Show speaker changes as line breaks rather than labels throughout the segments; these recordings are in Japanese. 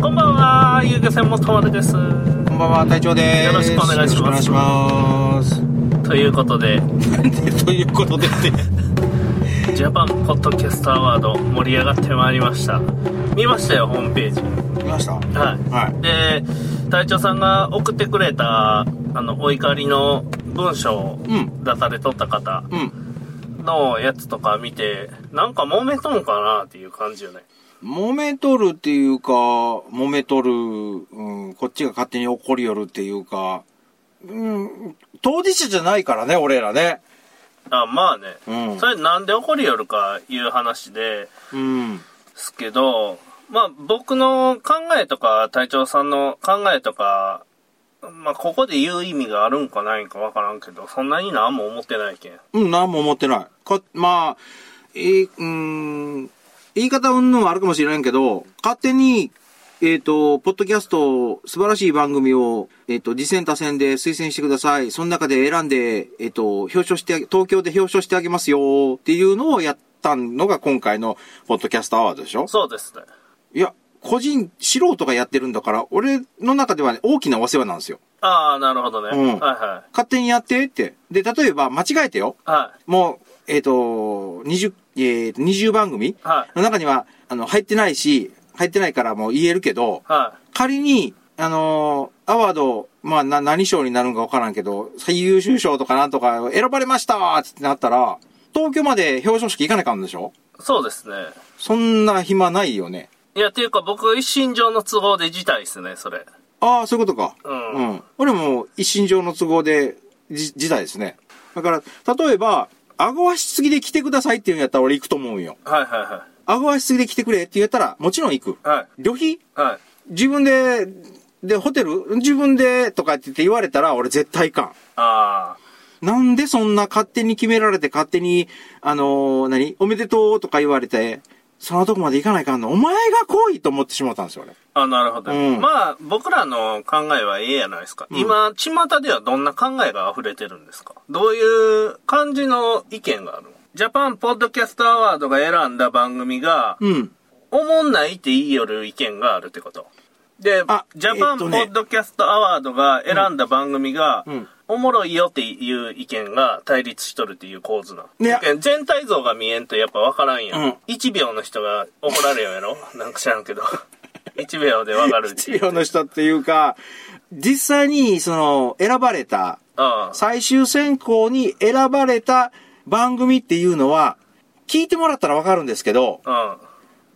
こんばんは、遊漁船もとまるです。
こんばんは、隊長です。
よろしくお願いします
よろしくお願いしま
ということで、
す。ということでね、
ジャパンポッドキャストアワード盛り上がってまいりました。見ましたよ、ホームページ。
見ました
は
はい
い。。で、隊長さんが送ってくれた、あの、お怒りの文章を
うん
出されとった方
うん。
のやつとか見て、なんか揉めとんかなっていう感じよね。
揉めとるっていうか、揉めとる、うん、こっちが勝手に怒りよるっていうか、うん、当事者じゃないからね、俺らね。
あ、まあね。
うん
それなんで怒りよるかいう話で、
うん。
ですけど、まあ僕の考えとか隊長さんの考えとか、まあここで言う意味があるんかないんかわからんけど、そんなに何も思ってないけん。
うん、何も思ってない。か、まあ、えー、うーん、言い方うんぬんはあるかもしれないけど、勝手に、えっ、と、ポッドキャスト、素晴らしい番組を、えっ、と、次戦他戦で推薦してください。その中で選んで、えっ、と、表彰してあげ、東京で表彰してあげますよ、っていうのをやったのが今回の、ポッドキャストアワードでしょ
そうですね。
いや、個人、素人がやってるんだから、俺の中では、ね、大きなお世話なんですよ。
ああ、なるほどね。
うん
はいは
勝手にやってって。で、例えば、間違えてよ。
い。は
もう、えっ、と、20、えーと、20番組
い。はい。
の中には、あの、入ってないし、入ってないからもう言えるけど、
は
仮に、あのーアワード、まあ、な、何賞になるんかわからんけど、最優秀賞とかなんとか、選ばれましたーってなったら、東京まで表彰式行かなきゃあかんでしょ
い。そうですね。
そんな暇ないよね。
いや、っていうか僕、一心上の都合で辞退ですね、それ。
ああ、そういうことか。
うん
うん。俺も一身上の都合で、じ、時代ですね。だから、例えば、顎足すぎで来てくださいっていうんやったら俺行くと思うんよ。
はいは
顎足すぎで来てくれって言ったら、もちろん行く。
いはい。はい。
旅費
はい。
自分で、で、ホテル自分でとかって言って言われたら、俺絶対行か
あ
ん。なんでそんな勝手に決められて、勝手に、あのー何おめでとうとか言われて、そのとこまで行かないかんの。お前が来いと思ってしまったんですよ、俺。
あ。あ、なるほど、
うん
まあ、僕らの考えはええやないですか。今、巷ではどんな考えが溢れてるんですかどういう感じの意見があるのジャパンポッドキャストアワードが選んだ番組が、
うん。
おもんないって言いよる意見があるってこと。で
あ、
ジャパ
え
ン
っ
ポ
とね
ッドキャストアワードが選んだ番組が、
んうん
おもろいよっていう意見が対立しとるっていう構図な。
ね
全体像が見えんとやっぱ分からんや、。
うんん
1秒の人が怒られようやろなんか知らんけど。1秒で分かるっていう
治療の人っていうか、実際に、その、選ばれた、
ああ
最終選考に選ばれた番組っていうのは、聞いてもらったらわかるんですけど、
うん。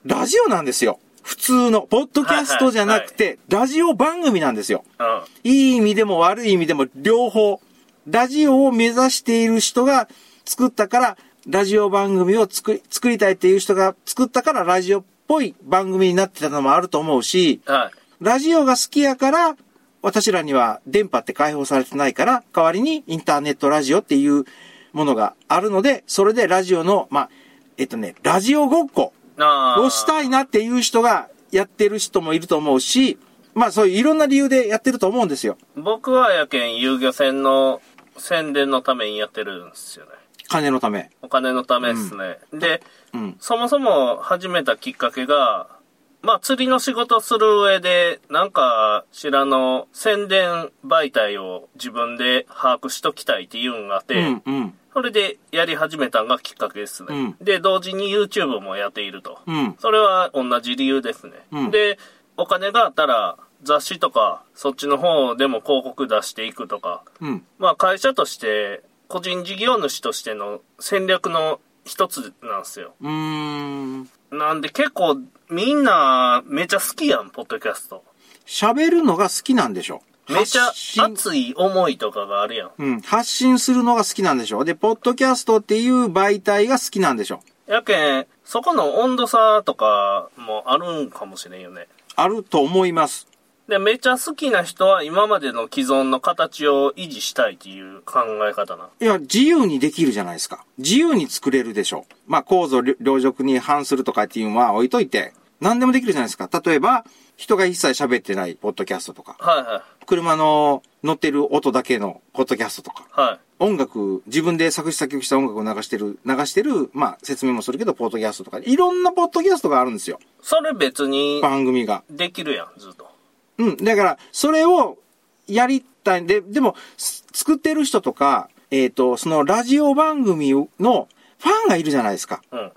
ラジオなんですよ。普通の、ポッドキャストじゃなくて、ラジオ番組なんですよ。
うん。
いい意味でも悪い意味でも両方。ラジオを目指している人が作ったから、ラジオ番組を作り、作りたいっていう人が作ったから、ラジオっぽい番組になってたのもあると思うし、
はい。
ラジオが好きやから、私らには電波って解放されてないから、代わりにインターネットラジオっていうものがあるので、それでラジオの、まあ、えっとね、ラジオごっこ
ああ。
をしたいなっていう人がやってる人もいると思うし、まあそういういろんな理由でやってると思うんですよ。
僕はやけん遊漁船の宣伝のためにやってるんですよね。
金のため。
お金のためですね。で、
うん。
そもそも始めたきっかけが、まあ釣りの仕事する上で、なんか、知らの宣伝媒体を自分で把握しときたいっていうんがあって、
うん、うん、
それでやり始めたんがきっかけですね。
うん
で、同時に YouTube もやっていると。
うん、
それは同じ理由ですね。
うん
で、お金があったら雑誌とか、そっちの方でも広告出していくとか、
うん、
まあ会社として、個人事業主としての戦略の一つなんですよ。
うーん。
なんで結構みんなめちゃ好きやん、ポッドキャスト。
喋るのが好きなんでしょ。
めちゃ
発信
熱い思いとかがあるやん。
うん。発信するのが好きなんでしょ。で、ポッドキャストっていう媒体が好きなんでしょ。
やけん、そこの温度差とかもあるんかもしれんよね。
あると思います。
で、めちゃ好きな人は今までの既存の形を維持したいっていう考え方な。
いや、自由にできるじゃないですか。自由に作れるでしょ。まあ、構造両両軸に反するとかっていうのは置いといて、何でもできるじゃないですか。例えば、人が一切喋ってないポッドキャストとか、
はいはい。
車の乗ってる音だけのポッドキャストとか、
はい。
音楽、自分で作詞作曲した音楽を流してる、流してる、まあ説明もするけど、ポッドキャストとか、いろんなポッドキャストがあるんですよ。
それ別に
番組が。
できるやん、ずっと。
うん。だから、それをやりたいんで、でも、す作ってる人とか、えっ、と、そのラジオ番組のファンがいるじゃないですか。
うん。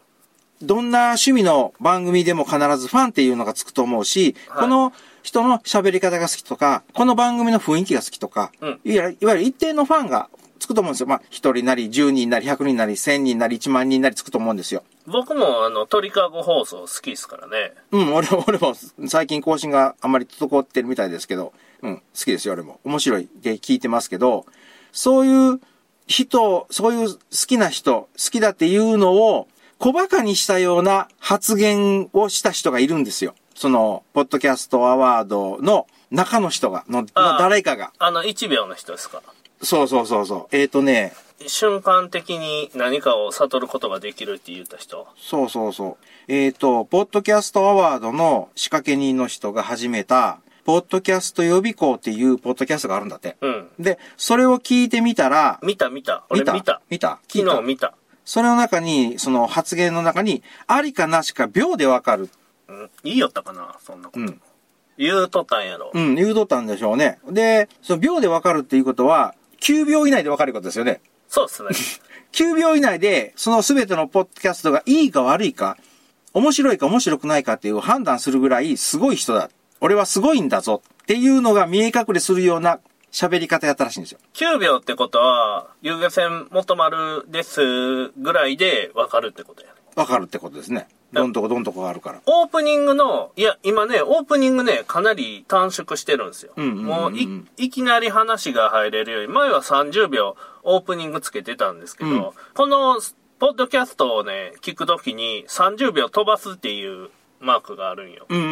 どんな趣味の番組でも必ずファンっていうのがつくと思うし、
はい
この人の喋り方が好きとか、この番組の雰囲気が好きとか、
うん
いわゆるいわゆる一定のファンがつくと思うんですよ。まあ、1人なり、10人なり、100人なり、1000人なり、1万人なりつくと思うんですよ。
僕も、あの、鳥かご放送好きですからね。
うん、俺も、俺も最近更新があんまり滞ってるみたいですけど、うん、好きですよ、俺も。面白いで聞いてますけど、そういう人、そういう好きな人、好きだっていうのを、小馬鹿にしたような発言をした人がいるんですよ。その、ポッドキャストアワードの中の人が、の、
ああ
の誰かが。
あの、1秒の人ですか。
そうそうそうそう。えっ、ー、とね、
瞬間的に何かを悟ることができるって言った人。
そうそうそう。えっ、と、ポッドキャストアワードの仕掛け人の人が始めた、ポッドキャスト予備校っていうポッドキャストがあるんだって。
うん。
で、それを聞いてみたら、
見た見た。俺見た。
見た見た聞い
昨
た
日見た。
それの中に、その発言の中に、ありかなしか秒でわかる。
うん。いいよったかな、そんなこと。
うん
言うとったんやろ。
うん、言うとったんでしょうね。で、その秒でわかるっていうことは、9秒以内でわかることですよね。
そうですね。
9秒以内で、その全てのポッドキャストがいいか悪いか、面白いか面白くないかっていう判断するぐらいすごい人だ。俺はすごいんだぞっていうのが見え隠れするような喋り方やったらしいんですよ。
9秒ってことは、遊戯船元丸ですぐらいで分かるってことやね。
わかるってことですね。どんとこどんとこがあるから。
オープニングの、いや、今ね、オープニングね、かなり短縮してるんですよ。
うんうんうんうん
もうい、いきなり話が入れるように、前は30秒オープニングつけてたんですけど、
うん
この、ポッドキャストをね、聞くときに30秒飛ばすっていうマークがあるんよ。
うんうんう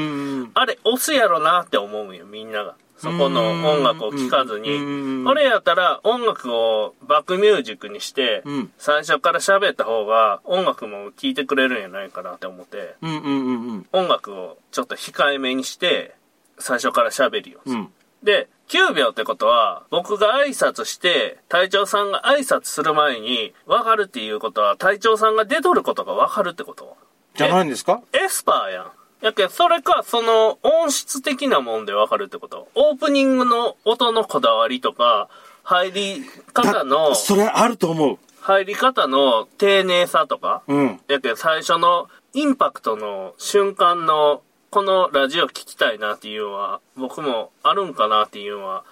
ん。
あれ、押すやろなって思うんよ、みんなが。そこの音楽を聴かず
うんうんうんう
に。
ん
俺やったら音楽をバックミュージックにして
うん、
最初から喋った方が音楽も聴いてくれるんやないかなって思って、
うんうんうんうん。
音楽をちょっと控えめにして、最初から喋るよ。
うん。
で、9秒ってことは、僕が挨拶して、隊長さんが挨拶する前に、わかるっていうことは、隊長さんが出とることがわかるってこと
じゃないんですか
エスパーやん。やけんそれか、その、音質的なもんでわかるってこと。オープニングの音のこだわりとか、入り方の
だ、それあると思う。
入り方の丁寧さとか。
うん。
やけん最初のインパクトの瞬間の、このラジオ聞きたいなっていうのは、僕もあるんかなっていうのは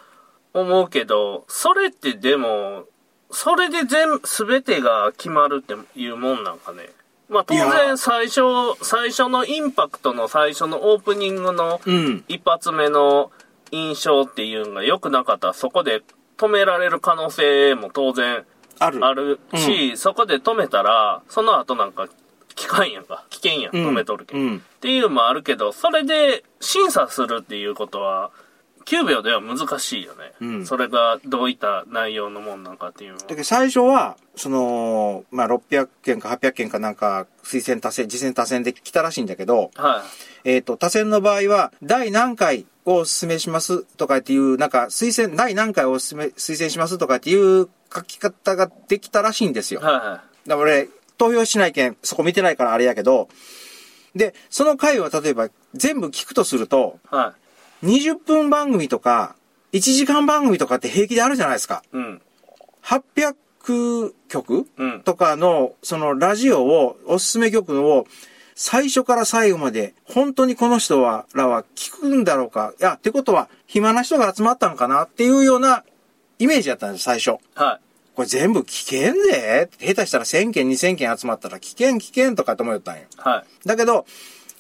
思うけど、それってでも、それで全、すべてが決まるっていうもんなんかね。まあ当
いや
然最初、最初のインパクトの最初のオープニングの
うん。
一発目の印象っていうのが良くなかったらそこで止められる可能性も当然
ある。
あるし、そこで止めたらその後なんか機関やんか危険やん
うん
止めとるけど、
う
っ
ん。
ていうのもあるけどそれで審査するっていうことは9秒では難しいよね、
うん
それがどういった内容のもんなんかっていうのは
だけど最初は、その、まあ、600件か800件かなんか、推薦多選、次戦多選で来たらしいんだけど、
はい
えっ、と、多選の場合は、第何回をお勧めしますとかっていう、なんか、推薦、第何回をお勧め、推薦しますとかっていう書き方ができたらしいんですよ。だか
はいは
ら俺、投票しないけん、そこ見てないからあれやけど、で、その回を例えば全部聞くとすると、
いは
20分番組とか、1時間番組とかって平気であるじゃないですか。
いうん
800曲
うん
とかの、そのラジオを、おすすめ曲を、最初から最後まで、本当にこの人は、らは聞くんだろうか。いや、ってことは、暇な人が集まったのかなっていうような、イメージだったんです、最初。
はい
これ全部聞けんで下手したら1000件、2000件集まったら、聞けん、聞けんとかと思ったんよ。
はい
だけど、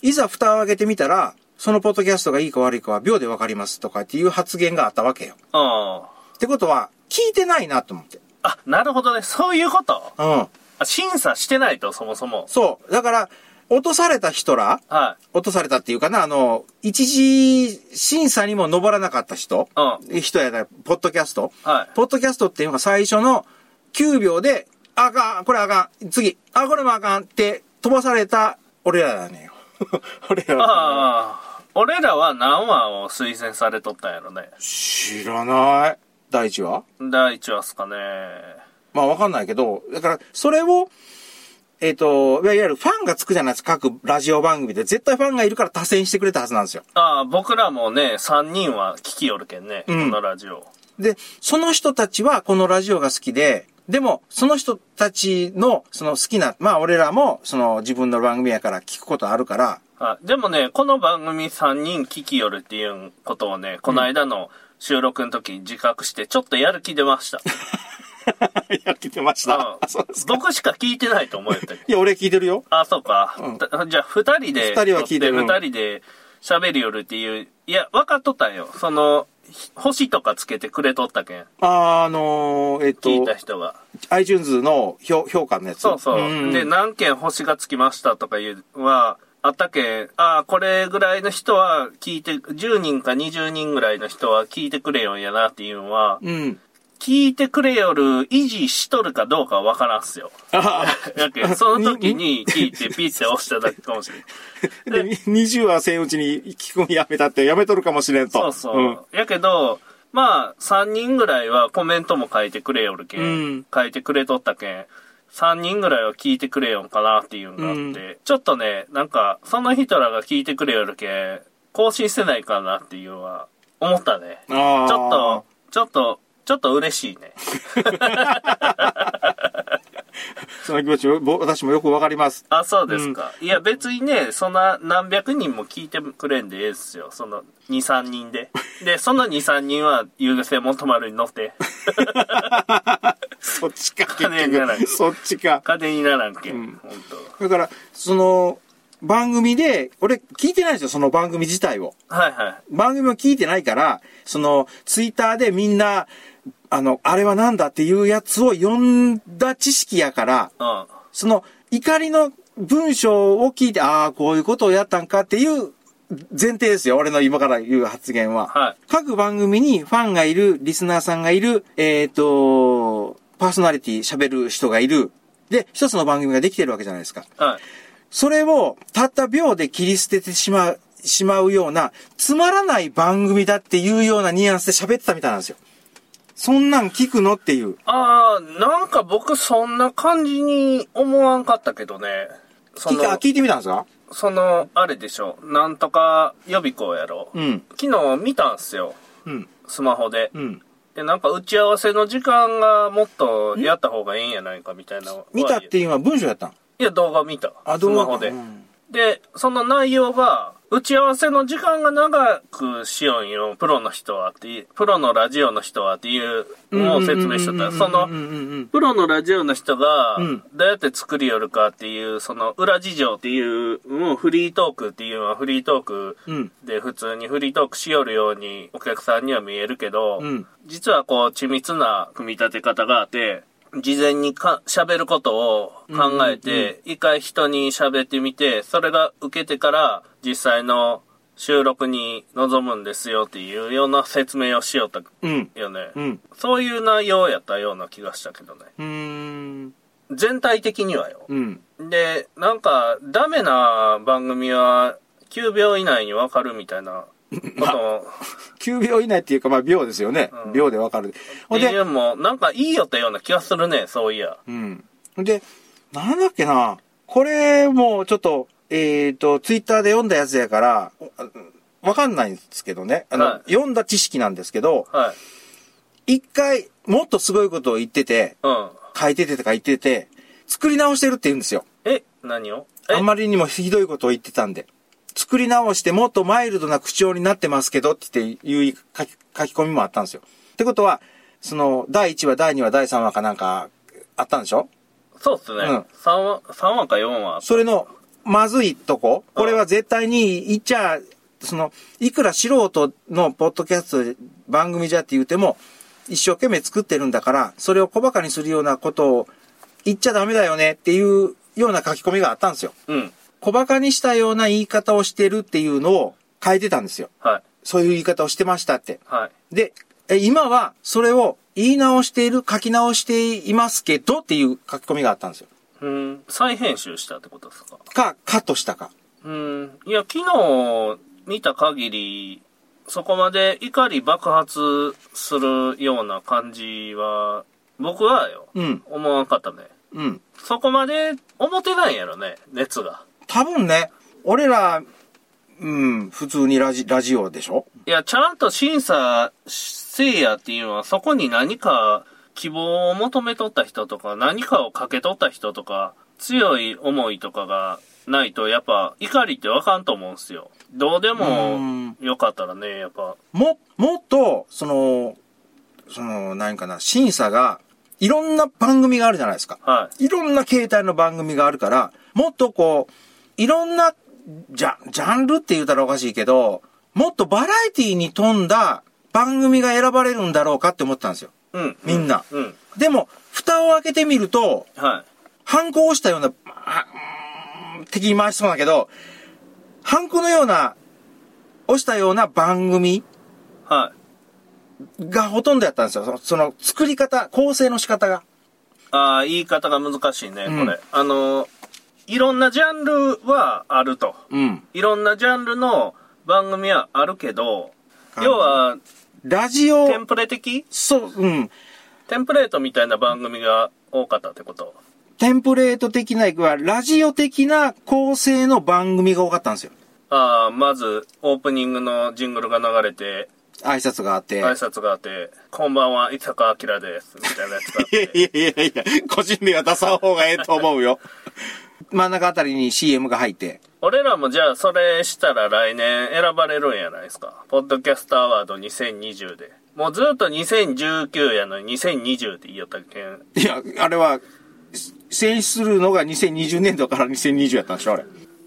いざ蓋を開けてみたら、そのポッドキャストがいいか悪いかは秒でわかりますとかっていう発言があったわけよ。
あ
ってことは、聞いてないなと思って。
ああなるほどねそういうこと
うん。
あ審査してないとそもそも
そう。だから、落とされた人ら、
はい
落とされたっていうかな、あの、一時審査にも登らなかった人、
う
人やな、ポッドキャスト。
はい
ポッドキャストっていうのが最初の9秒で、あかん、これあかん、次、あ、これもあかんって飛ばされた俺らだねよ。 あれやろ
ああ、俺らは何話を推薦されとったんやろね。
知らない。第一話
第1話っすかね。
まあわかんないけど、だから、それを、えっ、と、いわゆるファンがつくじゃないですか、各ラジオ番組で。絶対ファンがいるから多選してくれたはずなんですよ。
ああ、僕らもね、3人は聞きよるけんね、
ん
このラジオ。
で、その人たちはこのラジオが好きで、でも、その人たちの、その好きな、まあ俺らも、その自分の番組やから聞くことあるから、
あでもね、この番組3人聞きよるっていうことをね、この間の収録の時に自覚して、ちょっとやる気出ま した。
い や、聞いてまし
うん僕しか聞いてないと思えて。
いや、俺聞いてるよ。
あ、そうか。
うん
たじゃあ、二人で、
二人は聞いてる
二人で喋るよるっていう。いや、分かっとったんよ。その、ひ星とかつけてくれとったけん。
あのー、えっ、
聞いた
と、
人が。
iTunes の評評価のやつ。
そうそう。
ん
で、何件星がつきましたとかいうは、あったけん、ああ、これぐらいの人は聞いて、10人か20人ぐらいの人は聞いてくれよんやなっていうのは、
うん。
聞いてくれよる維持しとるかどうかは分からんっすよ。
あ
やけんその時に聞いてピッて押しただけかもしれん。
あ、で、20はせんうちに聞くんやめたって、やめとるかもしれんと。
そうそう。やけど、まあ、3人ぐらいはコメントも書いてくれよるけん、
うん
書いてくれとったけん、3人ぐらいは聞いてくれよんかなっていうのがあって、
うん
ちょっとね、なんか、その人らが聞いてくれよるけん、更新してないかなっていうのは、思ったね。
うん。ああ。
ちょっと、ちょっと、ちょっと嬉しいね。
その気持ちを、ぼ私もよくわかります。
あ、そうですか。いや、別にね、そんな何百人も聞いてくれんでええっすよ。その、2、3人で。で、その2、3人は、優勢元丸に乗って、
そっちか、結
金じゃない
局。そっちか。
金にならんけん、
うん
本当
だから、その、番組で、俺聞いてないんですよ、その番組自体を。
はいは
番組を聞いてないから、その、ツイッターでみんな、あの、あれはなんだっていうやつを読んだ知識やから、
い。
その、怒りの文章を聞いて、ああ、こういうことをやったんかっていう前提ですよ、俺の今から言う発言は。
はい
各番組にファンがいる、リスナーさんがいる、えっ、と、パーソナリティ喋る人がいる。で、一つの番組ができてるわけじゃないですか。
うん。はい。
それをたった秒で切り捨ててしまう、しまうような、つまらない番組だっていうようなニュアンスで喋ってたみたいなんですよ。そんなん聞くのっていう。
ああ、なんか僕そんな感じに思わんかったけどね。そ
聞い
の
て、、あ聞いてみたんですか
その、あれでしょ。なんとか予備校やろ。
うん。
昨日見たんすよ。
うん。
スマホで。
うん。
で、なんか打ち合わせの時間がもっとやった方がいいんやないかみたいな。
見たっていうのは文章やったん
いや、動画見た。
あ、
ス
どう
マホで。で、その内容が、打ち合わせの時間が長くしよんよ、プロの人はっていう、プロのラジオの人はっていうのを説明しとった。その、プロのラジオの人が
うん、
どうやって作りよるかっていう、その裏事情っていう、もうフリートークっていうのはフリートーク
うん。
で普通にフリートークしよるようにお客さんには見えるけど、
うん
実はこう緻密な組み立て方があって、事前にか喋ることを考えて、一回人に喋ってみて、それが受けてから実際の収録に臨むんですよっていうような説明をしよった
うん。
よね。
うん。
そういう内容やったような気がしたけどね。
うん。
全体的にはよ。
うん。
で、なんか、ダメな番組は9秒以内にわかるみたいなことを、
9秒以内っていうか、まあ、秒ですよね。秒でわかる。ほん
理
で、
由も、なんかいいよったような気がするね、そういや。
うん。で、なんだっけな。これもちょっと、えっ、と、ツイッターで読んだやつやから、わかんないんですけどね。あの、
はい
読んだ知識なんですけど、
はい。
一回、もっとすごいことを言ってて、
うん。
書いててとか言ってて、作り直してるって言うんですよ。
え、何をえ
あんまりにもひどいことを言ってたんで。作り直してもっとマイルドな口調になってますけどっていう書き書き込みもあったんですよ。ってことは、その、第1話、第2話、第3話かなんかあったんでしょ
そうっすね。
うん
三話、三話か4話。
それの、まずいとこ、これは絶対に言っちゃ、その、いくら素人のポッドキャスト番組じゃって言っても、一生懸命作ってるんだから、それを小馬鹿にするようなことを言っちゃダメだよねっていうような書き込みがあったんですよ。
うん。
小馬鹿にしたような言い方をしてるっていうのを変えてたんですよ。
はい。
そういう言い方をしてましたって。
はい。
で、え今はそれを言い直している、書き直していますけどっていう書き込みがあったんですよ。
うん。再編集したってことですか
か、カットしたか。
ううん。いや、昨日見た限り、そこまで怒り爆発するような感じは、僕はよ、
うん。
思わんかったね。
うん。
そこまで思ってないんやろね、熱が。
多分ね、俺ら、うん、普通にラジラジオでしょ
いや、ちゃんと審査せいやっていうのは、そこに何か希望を求めとった人とか、何かをかけとった人とか、強い思いとかがないと、やっぱ怒りってわかんと思うんすよ。どうで
う
も
ん
よかったらね、やっぱ。
も、もっと、その、その、何かな、審査が、いろんな番組があるじゃないですか。
はい
ろんな形態の番組があるから、もっとこう、いろんな、ジャ、ジャンルって言うたらおかしいけど、もっとバラエティに富んだ番組が選ばれるんだろうかって思ったんですよ。
い。うん。
みんな
うん。
でも、蓋を開けてみると、
はい。
反抗したような、あうーん敵に回しそうだけど、反抗のような、押したような番組
はい。
がほとんどやったんですよ。そのその作り方、構成の仕方が。
ああ、言い方が難しいね、これ。
うん
あの、いろんなジャンルはあると。
うん。
いろんなジャンルの番組はあるけど、
はい
要は、
ラジ
テン
オ、
プレ的
そう、うん。
テンプレートみたいな番組が多かったってこと
テンプレート的な、いわゆるラジオ的な構成の番組が多かったんですよ。
ああ、まず、オープニングのジングルが流れて、
挨拶があって。
挨拶があって、こんばんは、伊坂明です、みたいなやつがあっ
いや
て。
いやいやいや、個人名は出さん方がええと思うよ。 真ん中あたりに CM が入って。
俺らもじゃあ、それしたら来年選ばれるんやないですか。ポッドキャストアワード2020で。もうずっと2019やのに2020って言いよったけん。
いや、あれは、選出するのが2020年度から2020やったんでしょ、あれ。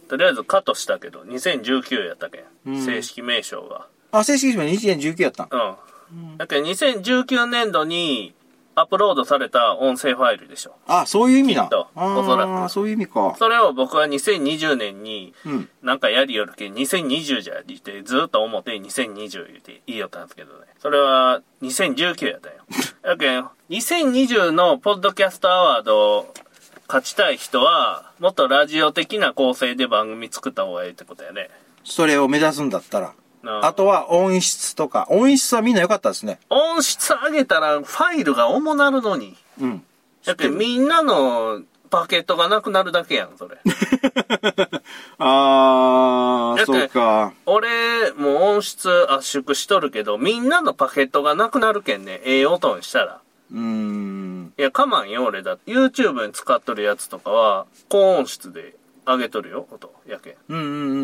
とりあえずカットしたけど、2019やったけん。正式名称が。
あ、正式には2019やったん。
うん。だけど2019年度にアップロードされた音声ファイルでしょ。
あ、そういう意味な
きっとおそらく
ああ、そういう意味か。
それを僕は2020年に
うん、
なんかやりよるけん、2020じゃりって、ずっと思って2020言って言いよったんですけどね。それは2019やったん よ。やけん、2020のポッドキャストアワードを勝ちたい人は、もっとラジオ的な構成で番組作った方がいいってことやね。
それを目指すんだったら。
な
あとは音質とか。音質はみんな良かったですね。
音質上げたらファイルが重なるのに。
うん。
だってみんなのパケットがなくなるだけやん、それ。だ
ああ、
って
そうか。
俺、もう音質圧縮しとるけど、みんなのパケットがなくなるけんね。ええ音にしたら。
うーん。
いや、かまんよ、俺だって。YouTube に使っとるやつとかは、高音質で上げとるよ、音。やけん。
うんうんう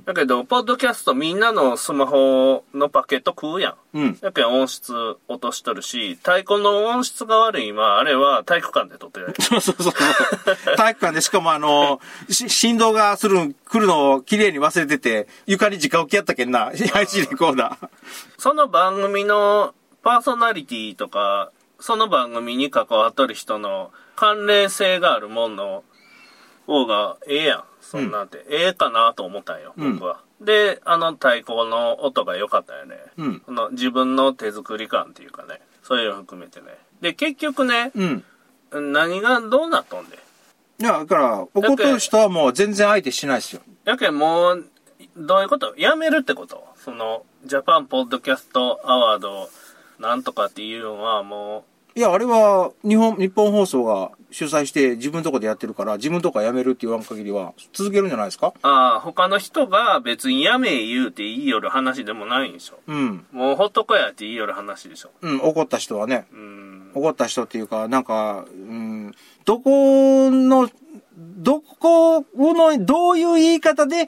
ん
だけど、ポッドキャストみんなのスマホのパケット食うやん。
うん。うん。
やけん音質落としとるし、太鼓の音質が悪い今、あれは体育館で撮ってる。
そうそうそう。体育館でしかもあの、し振動がするん、来るのを綺麗に忘れてて、床に直置きやったけんな。 配信レコーダー。
その番組のパーソナリティとか、その番組に関わっとる人の関連性があるもんの方がええやん。そんなんて、ええかなと思ったんよ、
うん
僕は。で、あの太鼓の音が良かったよね。
うん
その自分の手作り感っていうかね、そういうの含めてね。で、結局ね、
うん。
何がどうなっとんで。
いや、だから、怒ってる人はもう全然相手しないですよ。
やけんもう、どういうことやめるってことその、ジャパンポッドキャストアワードなんとかっていうのはもう、
いや、あれは、日本、日本放送が主催して自分とこでやってるから、自分とかやめるって言わん限りは、続けるんじゃないですか
ああ、他の人が別にやめ言うて言いよる話でもないんでしょ。
うん。
もうほっとこやって言いよる話でしょ。
うん、怒った人はね。
うん。
怒った人っていうか、なんか、うん、どこの、どこの、どういう言い方で、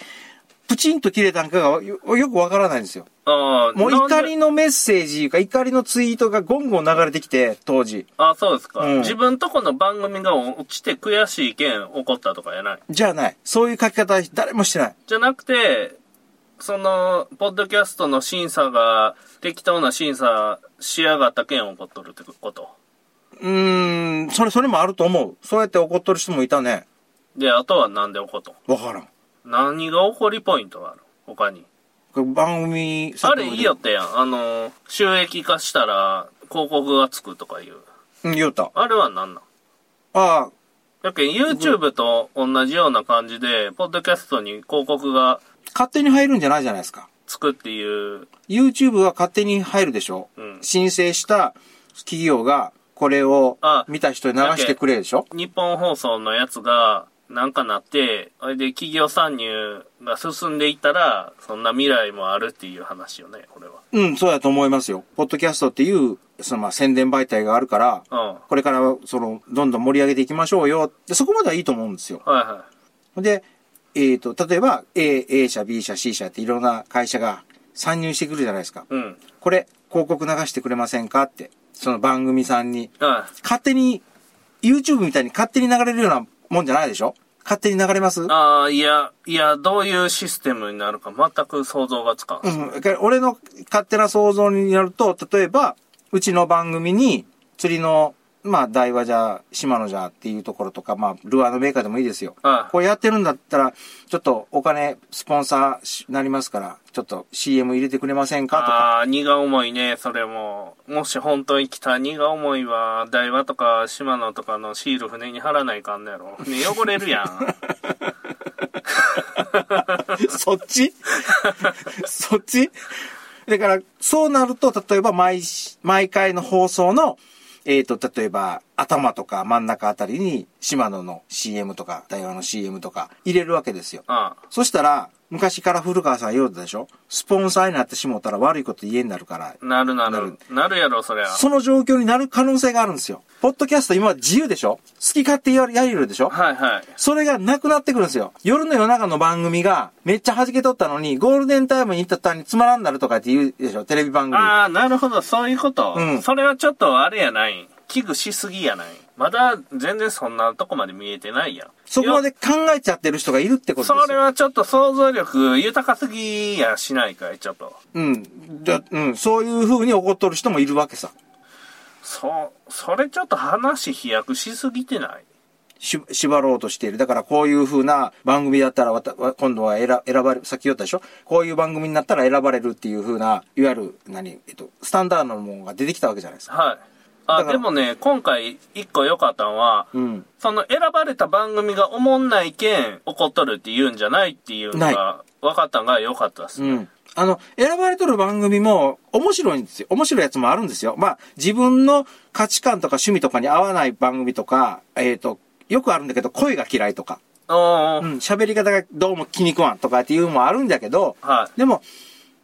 プチンと切れたんかがよよくわからないんですよ。
ああ、
もう
なんで
怒りのメッセージか、怒りのツイートがゴンゴン流れてきて、当時。
ああ、そうですか、
うん
自分とこの番組が落ちて悔しいけん怒ったとかやない。
じゃあない。そういう書き方、誰もしてない。
じゃなくて、その、ポッドキャストの審査が、適当な審査しやがったけん怒っとるってこと。
うーん、それ、それもあると思う。そうやって怒っとる人もいたね。
で、あとはなんで怒っとん
わからん。
何が怒りポイントがある他に。
これ番組、
あれいいよってやん。あの、収益化したら広告がつくとかいう。
うん、言うた。
あれは何なん
ああ、
だけど YouTube と同じような感じで、ポッドキャストに広告が
勝手に入るんじゃないじゃないですか。
つくっていう、
YouTube は勝手に入るでしょ、
うん
申請した企業がこれを
あ
見た人に流してくれでしょ
日本放送のやつが、なんかなって、あれで企業参入が進んでいったら、そんな未来もあるっていう話よね、これ
うん、そうだと思いますよ。ポッドキャストっていう、そのまあ宣伝媒体があるから、
は。
これからその、どんどん盛り上げていきましょうよ。で、そこまではいいと思うんですよ。
うん。はいは
で、えっ、と、例えば A、A 社、B 社、C 社っていろんな会社が参入してくるじゃないですか。
い。うん。
これ、広告流してくれませんかって、その番組さんに。
あ
勝手に、YouTube みたいに勝手に流れるようなもんじゃないでしょ勝手に流れますうん。
あー、いや、いや、どういうシステムになるか全く想像がつかん。
だから俺の勝手な想像になると、例えば、うちの番組に釣りの、まあ、台湾じゃ、島野じゃっていうところとか、まあ、ルアーのメーカーでもいいですよ。
はい
これやってるんだったら、ちょっとお金、スポンサーしなりますから、ちょっと CM 入れてくれませんかとか。
ああー、荷が重いね、それも。もし本当に来た荷が重いは、台場とか島野とかのシール船に貼らないかんのやろ。船汚れるや ん。
そっち そっちだから、そうなると、例えば毎し、毎回の放送の、えっ、と、例えば、頭とか真ん中あたりに、島野の CM とか、台湾の CM とか、入れるわけですよ。
あ
そしたら、昔から古川さん言うたでしょスポンサーになってしもうたら悪いこと家になるから
あ、、なるなる。
な
な
る
るやろ、そりゃ。
その状況になる可能性があるんですよ。ポッドキャスト今は自由でしょ好き勝手ややれるでしょ
はいはい。
それがなくなってくるんですよ。夜の夜中の番組がめっちゃ弾けとったのに、ゴールデンタイムに行った途端につまらんなるとかって言うでしょ、テレビ番組。
ああ、なるほど、そういうこと。
うん
それはちょっとあれやない。危惧しすぎやない。まだ全然そんなとこまで見えてないやん。
そこまで考えちゃってる人がいるってこと
そ
です
れ
よ。
はちょっと想像力豊かすぎやしないかい、ちょっと。
うん。だうん。そういう風に怒っとる人もいるわけさ。
そ、それちょっと話飛躍しすぎてない
し、縛ろうとしている。だからこういう風な番組だったらわた、わ今度は選選ばれ、さっき言ったでしょこういう番組になったら選ばれるっていう風な、いわゆる、何、えっと、スタンダードのものが出てきたわけじゃないですか。
はい。
だ
あ、
から
でもね、今回一個良かったのは、
うん。
その選ばれた番組がおもんないけん、怒っとるって言うんじゃないっていうの
な
が、分かったのが良かったです
う
ね。
ん。あの、選ばれとる番組も面白いんですよ。面白いやつもあるんですよ。まあ、自分の価値観とか趣味とかに合わない番組とか、えっ、と、よくあるんだけど、声が嫌いとか、
おー
うん、喋り方がどうも気に食わんとかっていうのもあるんだけど、
はい。
でも、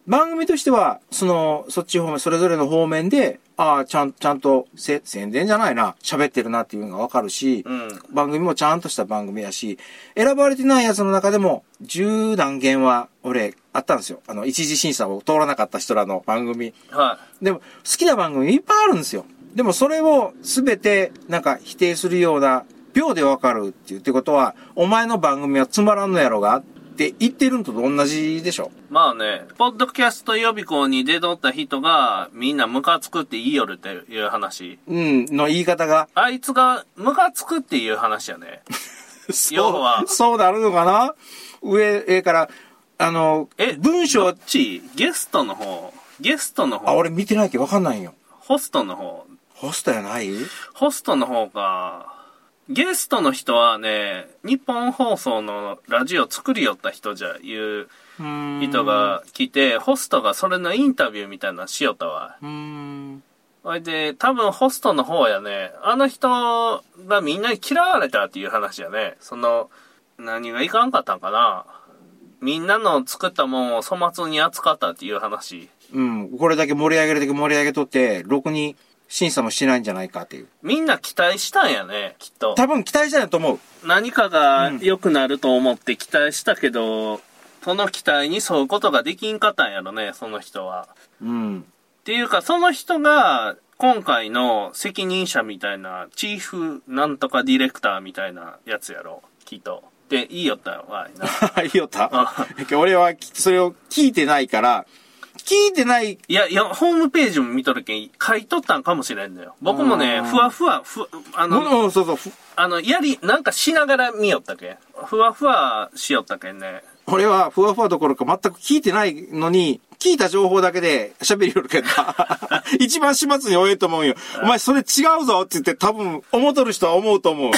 番組としては、その、そっち方面、それぞれの方面で、ああ、ちゃん、ちゃんとせ、宣伝じゃないな、喋ってるなっていうのがわかるし、
うん
番組もちゃんとした番組やし、選ばれてないやつの中でも、十何件は、俺、あったんですよ。あの、一次審査を通らなかった人らの番組。
は
でも、好きな番組いっぱいあるんですよ。でも、それを全て、なんか、否定するような、秒でわかるっていうってことは、お前の番組はつまらんのやろが、って言ってるのと同じでしょ。
い。まあね、ポッドキャスト予備校に出とった人が、みんなムカつくって言いよるっていう話。
うん、の言い方が。
あいつがムカつくっていう話やね。要は
そうなるのかな上、えから、あの、
え
文章
どっ、ちゲストの方、ゲストの
あ、
方、
俺見てないけどわかんないんよ。
ホストの方、
ホストやない
ホストの方か。ゲストの人はね、日本放送のラジオ作りよった人じゃいう人
人。
が来て、ホストがそれのインタビューみたいなのしよったわ。
うーん。
ほいで、多分ホストの方やね、あの人がみんなに嫌われたっていう話やね。その、何がいかんかったんかな。みんなの作ったもんを粗末に扱ったっていう話。
うん。これだけ盛り上げるだけ盛り上げとって、ろくに審査もしてないんじゃないかっていう。
みんな期待したんやね、きっと。
多分期待したいと思う。
何かが良くなると思って期待したけど、その期待に沿うことができんかったんやろね、その人は。
うん。
っていうか、その人が、今回の責任者みたいな、チーフなんとかディレクターみたいなやつやろ、きっと。で、いいよったわ、な。
いいよった
あ。
俺はきそれを聞いてないから、聞いてない、
いや、いや、ホームページも見とるけん、書いとったんかもしれんのよ。僕もね、
うん
ふわふわ、ふわ、あ
も
の、
のそうそうふ。
あの、やり、なんかしながら見よったけん。ふわふわしよったけんね。
俺はふわふわどころか全く聞いてないのに、聞いた情報だけで喋りよるけどな。 一番始末に終えると思うよ。お前それ違うぞって言って多分思うとる人は思うと思う。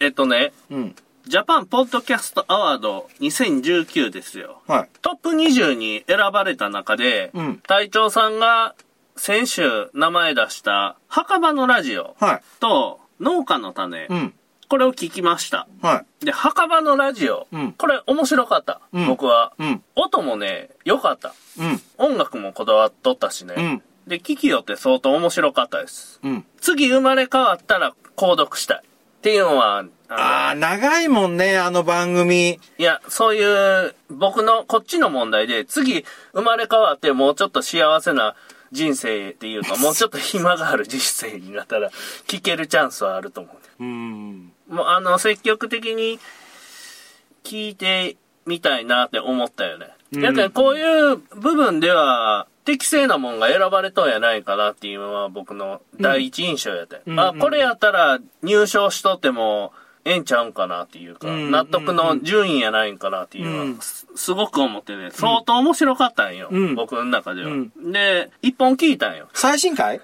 えっとね、
うん。
ジャパンポッドキャストアワード2019ですよ。
はい。
トップ20に選ばれた中で、
うん
隊長さんが先週名前出した墓場のラジオ
はい。
と農家の種、
うん。
これを聞きました。
はい。
で、墓場のラジオ、
うん
これ面白かった、
うん
僕は、
うん。
音もね、良かった。
うん。
音楽もこだわっとったしね。
うん
で、聞きよって相当面白かったです。
うん。
次生まれ変わったら購読したい。っていうのは、あの
あー、長いもんね、あの番組。
いや、そういう、僕のこっちの問題で、次、生まれ変わってもうちょっと幸せな人生っていうか、 もうちょっと暇がある人生になったら、聞けるチャンスはあると思う。
うん。
もう、あの、積極的に、聞いてみたいなって思ったよね。
うん
やけんこういう部分では、適正なもんが選ばれとんやないかなっていうのは僕の第一印象やったよ、
うん
あ、
うん
これやったら入賞しとっても、ええんちゃうんかなっていうか、
うん
納得の順位やないんかなっていうのは、
うん
すすごく思ってね、相当面白かったんよ、
うん
僕の中では、
うん
で、一本聞いたんよ。
最新回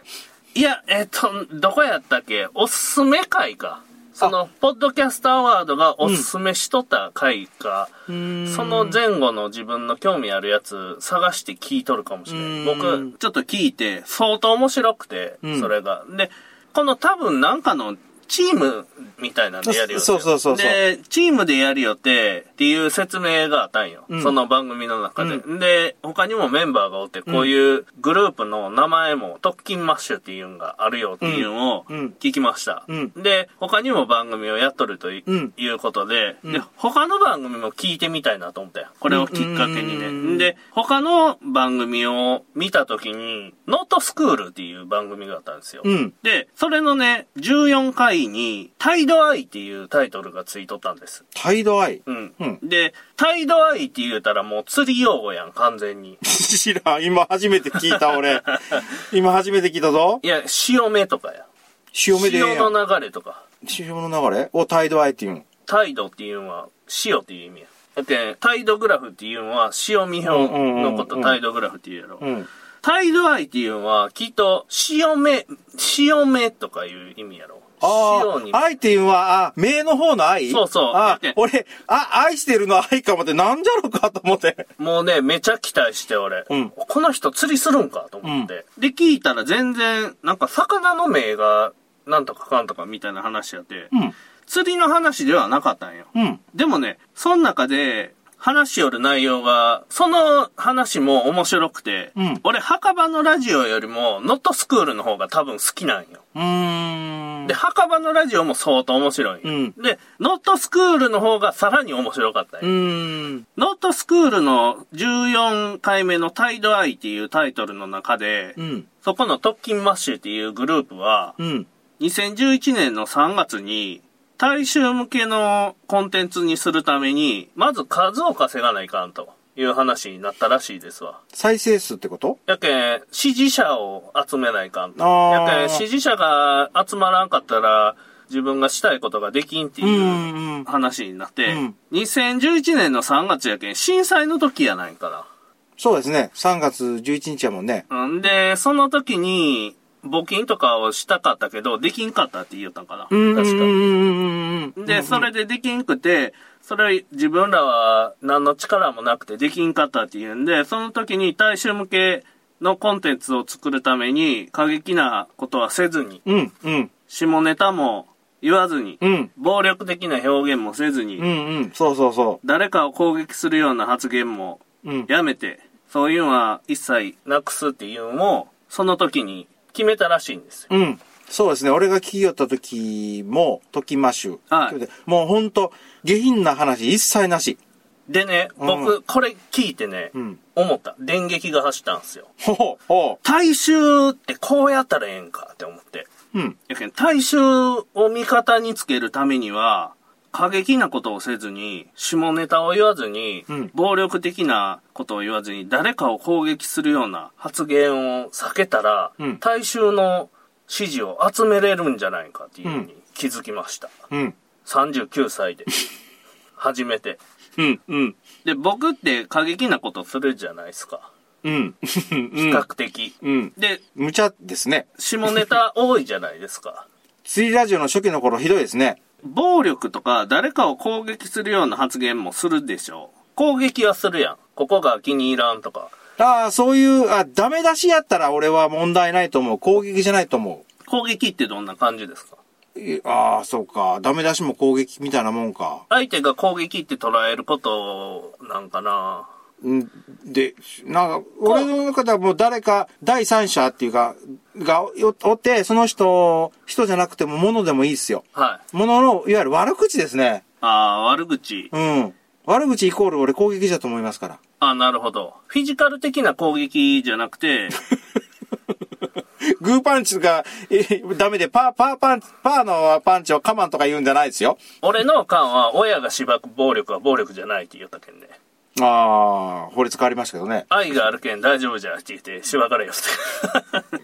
いや、えっ、と、どこやったっけおすすめ会か。その、ポッドキャストアワードがおすすめしとった回か、
うん
その前後の自分の興味あるやつ探して聞いとるかもしれ
うん
ん。僕、ちょっと聞いて、相当面白くて、
うん
それが。で、この多分なんかのチームみたいなんでやるよって
そうそうそうそう
で、チームでやるよって、っていう説明があったんよ。
うん
その番組の中で、
う
で、他にもメンバーがおって、こういうグループの名前も、特勤マッシュっていうのがあるよっていうのを
うん
聞きました。
うん
で、他にも番組をやっとるとい,、
うん
うことで、
うん
で、他の番組も聞いてみたいなと思ったよ。これをきっかけに
う
ね。
ん
で、他の番組を見たときに、ノートスクールっていう番組があったんですよ。
うん。
で、それのね、14回に、タイドアイっていうタイトルがついとったんです。
タイドアイ。
うん。
うん
で、タイドアイって言うたらもう釣り用語やん、完全に。
知らん。今初めて聞い た、俺。今初めて聞いたぞ
い。や、潮目とかや。
潮目でええや
潮
ん。
の流れとか。
潮の流れをタイドアイって言うん。
態度っていうのは潮っていう意味や。だって、態度グラフっていうのは潮見表のこ
うんうんうんう
と
ん
態度グラフっていうやろ。
うん。
態度愛っていうのはきっと潮目、潮目とかいう意味やろ。
あ
潮に
あ、。愛っていうのは、あ、名の方の愛
そうそう
あ
だって、
俺、あ、愛してるの愛かもって、なんじゃろかと思って。
もうね、めちゃ期待して俺、
うん
この人釣りするんかと思って。で、聞いたら全然、なんか魚の名がなんとかかんとかみたいな話やって、
うん。
釣りの話ではなかったんよ。
うん。
でもね、その中で、話しよる内容が、その話も面白くて、
うん
俺、墓場のラジオよりも、ノットスクールの方が多分好きなんよ。
うーん。
で、墓場のラジオも相当面白いんよ。
うん
で、ノットスクールの方がさらに面白かったんよ
うーん。
ノットスクールの14回目のタイドアイっていうタイトルの中で、
うん。
そこの特勤マッシュっていうグループは、
うん。
2011年の3月に、大衆向けのコンテンツにするために、まず数を稼がないかんという話になったらしいですわ。
再生数ってこと
やけん、支持者を集めないかんと。
あー
やけん、支持者が集まらんかったら、自分がしたいことができんって
う。
いうん
うん。
話になって、
うん
2011年の3月やけん、震災の時やないから。
そうですね。3月11日やもんね。
うんで、その時に、募金とかをしたかったけど、できんかったって言ったんかな。
うん。
確か
うん。。うん。うん。
で、それでできんくて、それ自分らは何の力もなくてできんかったっていうんで、その時に大衆向けのコンテンツを作るために過激なことはせずに、
うん。うん。
下ネタも言わずに、
うん。
暴力的な表現もせずに、
うん。うん。そうそうそ
誰かを攻撃するような発言も
う。うん。
やめて、そういうのは一切なくすっていうのを、その時に決めたらしいんですよ。
うん。そうですね。俺が聞きよった時も、時マッシュ。
はい。
もうほんと、下品な話一切なし。
でね、
う
僕、これ聞いてね、
ん
思った。電撃が走ったんですよ。
ほほほ
大衆ってこうやったらええんかって思って。
う。うん。
やけん、大衆を味方につけるためには、過激なことをせずに、下ネタを言わずに、
うん
暴力的なことを言わずに、誰かを攻撃するような発言を避けたら、
うん
大衆の支持を集めれるんじゃないかっていうふう
う
に気づきました。
うん。
39歳 で。初めて。
うん。うん。
で、僕って過激なことするじゃないですか。
うん。
比較的。
うん。
で、
無茶ですね。
下ネタ多いじゃないですか。
釣りラジオの初期の頃ひどいですね。
暴力とか誰かを攻撃するような発言もするでしょう。攻撃はするやん。ここが気に入らんとか。
ああ、そういう、あ、ダメ出しやったら俺は問題ないと思う。攻撃じゃないと思
攻撃ってどんな感じですか
う。いああ、そうか。ダメ出しも攻撃みたいなもんか。
相手が攻撃って捉えることなんかな。
んで、なんか、俺の中ではもう誰か、第三者っていうか、がおおって、その人、人じゃなくても物でもいいっすよ。
はい。
物の、いわゆる悪口ですね。
ああ、悪口。
うん。悪口イコール俺攻撃だと思いますから。
ああ、なるほど。フィジカル的な攻撃じゃなく て、
グーパンチが、え、ダメで、パー、パーパンチ、パーのパンチをカマンとか言うんじゃないですよ。
俺の感は親がしばく暴力は暴力じゃないって言ったけんね。
ああ、法律変わりましたけどね。
愛があるけん大丈夫じゃって言って、しばかれよって。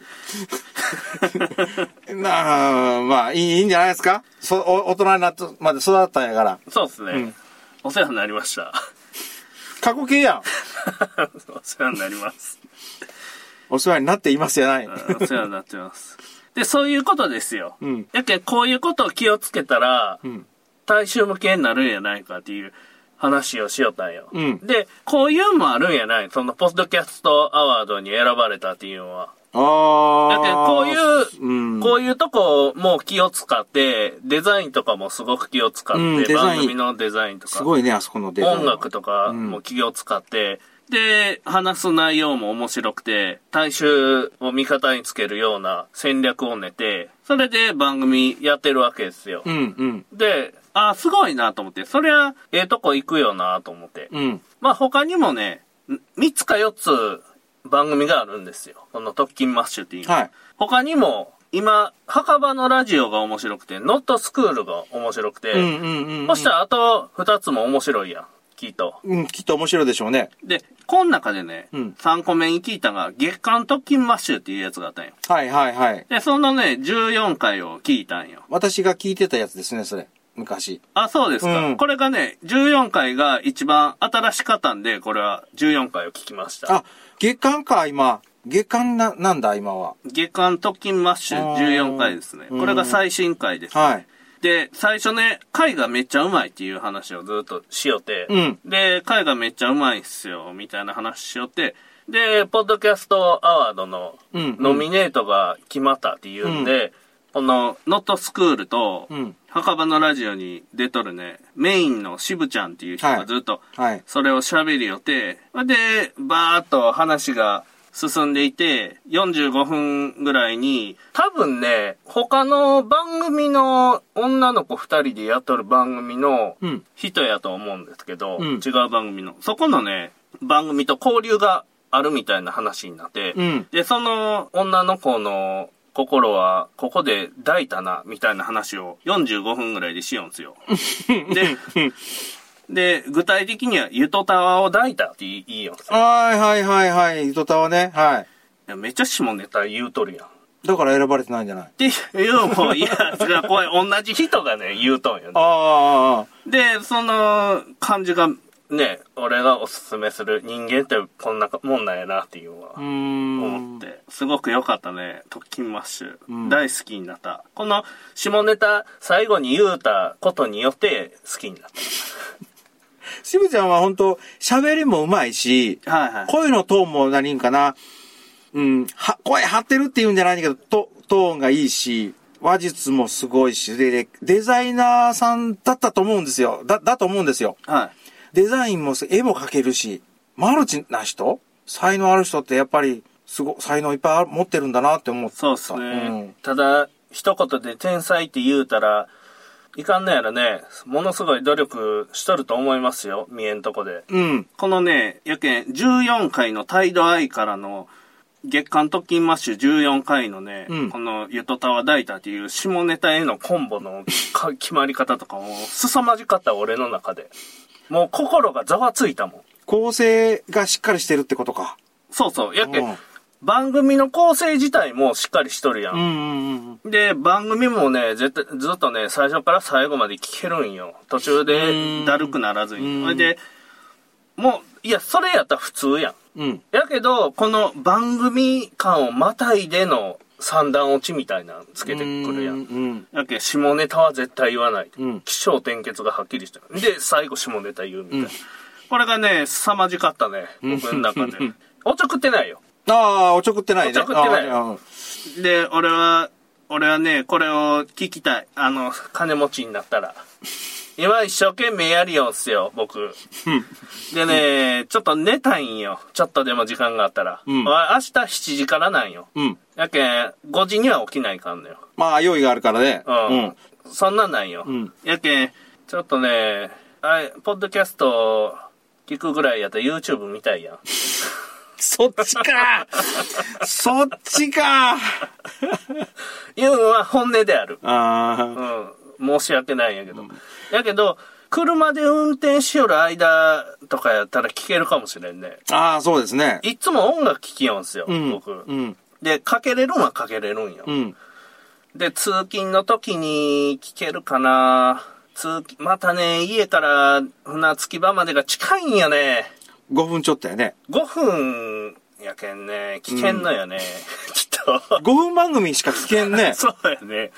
なあ、まあ、いいいいんじゃないですかそお大人になって、まで育ったんやから。
そうですね、お世話になりました。
過去形やん。
お世話になり ます。
お世話になっていますじゃない。
お世話になってます。で、そういうことですよ。
うん
やけん、こういうことを気をつけたら、
ん
大衆向けになるんやないかっていう話をしよったんよ。
うん
で、こういうのもあるんやないその、ポッドキャストアワードに選ばれたっていうのは。
あ
だ
あ。
ってこういう、
うん。
こういうとこも気を使って、デザインとかもすごく気を使って、
うんデザイン
番組のデザインとか、
すごいね、あそこのデザインは
音楽とかも気を使って、で、話す内容も面白くて、大衆を味方につけるような戦略を練て、それで番組やってるわけですよ。
うん、うん、
で、あ、すごいなと思って、そりゃ、ええとこ行くよなと思って。
うん。
まあ他にもね、3つか4つ番組があるんですよ。この特勤マッシュっていう。
はい。
他にも、今、墓場のラジオが面白くて、ノットスクールが面白くて、
うん、うん、うん。
そしたらあと2つも面白いやん、きっと。
うん、きっと面白いでしょうね。
で、こん中でね、
うん
3個目に聞いたのが、月間特勤マッシュっていうやつがあったんよ。
はい、はい、はい。
で、そのね、14回を聞いたんよ。
私が聞いてたやつですね、それ。昔。
あ、そうですか。
うん
これがね、14回が一番新しかったんで、これは14回を聞きました。
あ、月間か、今。月間な、なんだ、今は。
月間特勤マッシュ14回ですね。
うん
これが最新回です。
はい。
で、最初ね、貝がめっちゃうまいっていう話をずっとしよって、
うん
で、貝がめっちゃうまいっすよ、みたいな話しよって、で、ポッドキャストアワードの
うん
ノミネートが決まったっていうんで、この、ノットスクールと、
うん
墓場のラジオに出とるね、メインのしぶちゃんっていう人
は
が
い
ずっと、
はい。
それを喋りよって、で、バーっと話が進んでいて、45分ぐらいに、多分ね、他の番組の女の子2人でやっとる番組の
うん
人やと思うんですけど、
うん
違う番組の。そこのね、番組と交流があるみたいな話になって、
うん
で、その女の子の心はここで抱いたな、みたいな話を45分ぐらいでしようんですよ。で、で、具体的には、ゆとたわを抱いたって言いよんすよ
はい、はい、はい、はい。糸タワね。はい
やめっちゃ下ネタ言うとるやん。っ
い。だから選ばれてないんじゃない
ていうのも、いや、それはこれ同じ人がね、言うとんよ
あ
ね。
あ、ああ、
で、その感じが、ね、俺がおすすめする人間ってこんなもんなんやなっていうのは
うーん。
思って、すごく良かったね、特勤マッシュ、
うん
大好きになった。この下ネタ最後に言うたことによって好きになっ
渋ちゃんは本当喋りもうまいし、
た。はいはい。
声のトーンも何んかな。うん、は、声張ってるって言うんじゃないんだけど、ト、トーンがいいし、話術もすごいし、で、でデザイナーさんだったと思うんですよ。だ、だと思うんですよ。
はい。
デザインもす、絵も描けるし、マルチな人才能ある人ってやっぱり、すご、才能いっぱいある持ってるんだなって思った。
そうです
うん
ね。ただ、一言で天才って言うたら、いかんのやろね。ものすごい努力しとると思いますよ、見えんとこで。
うん。
このね、やけん、14回の態度愛からの、月間特勤マッシュ14回のね、
うん
このゆとたわダイタっていう下ネタへのコンボのか決まり方とかも、凄まじかった俺の中で。もう心がざわついたもん。
構成がしっかりしてるってことか。
そうそう。やけ
うん
ん、番組の構成自体もしっかりしとるやん
うんうんうん。
で、番組もね、絶対、ずっとね、最初から最後まで聞けるんよ。途中
う
で
ん、
だるくならず
うん
に。それで、もう、いや、それやったら普通やん。
うん。
やけど、この番組間をまたいでの三段落ちみたいなのつけてくるや。
うんん。
やけ、下ネタは絶対言わない。
うん
気象転結がはっきりしてる。で、最後下ネタ言うみたいな。これがね、凄まじかったね。僕の中で。おちょくってないよ。
ああ、おちょくってないね。
おちょくってない
あー
で、俺は、俺はね、これを聞きたい。あの、金持ちにな ったら。今一生懸命やるよんすよ、僕。でね、ちょっと寝たいんよ。ちょっとでも時間があったら。
うん
わ明日7時からなんよ。
うん。
やけん、5時には起きないかんのよ。
まあ、用意があるからね。
うん。そんなんなんよ。
うん
やけん、ちょっとね、あいポッドキャスト聞くぐらいやったら YouTube 見たい やん。
そっちか そっちかあ
言うんは本音である。
あ
うん。申し訳ないんやけど。やけど、車で運転しよる間とかやったら聞けるかもしれんね。
ー。ああ、そうですね。
いつも音楽聴きよんすよ、
うん。
僕。
うん。
で、かけれるんはかけれるんよ。
うん。
で、通勤の時に聞けるかな通勤、またね、家から船着き場までが近いんよね。
5分ちょっとやね。
5分やけんね、聞けんのよね、 きっ
5分番組しか聞けん ね
と。。そうやね。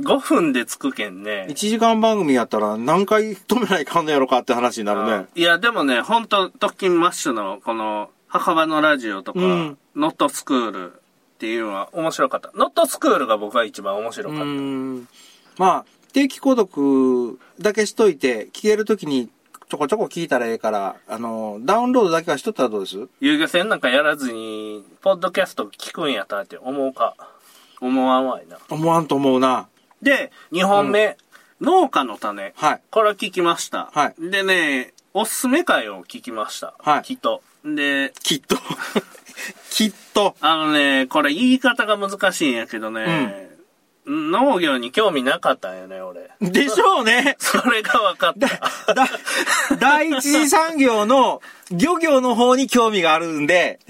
5分で着くけんね
1。時間番組やったら何回止めないかんのやろかって話になるね。
いや、でもね、ほんと、特勤マッシュの、この、墓場のラジオとか、
うん
ノットスクールっていうのは面白かった。ノットスクールが僕は一番面白
う
かった。
ーん。まあ、定期購読だけしといて、聞けるときにちょこちょこ聞いたらええから、あの、ダウンロードだけはしとったらどうです
遊漁船なんかやらずに、ポッドキャスト聞くんやったらって思うか。思わんわいな。
思わんと思うな。
で、2本目、農家の種。
はい。
これは聞きました。
は
でね、おすすめ会を聞きました。
はい
きっと。で、
きっと。 きっと。
あのね、これ言い方が難しいんやけどね、農業に興味なかったんよね、俺。
でしょうね。
それが分かった。
だ、第一次産業の漁業の方に興味があるんで、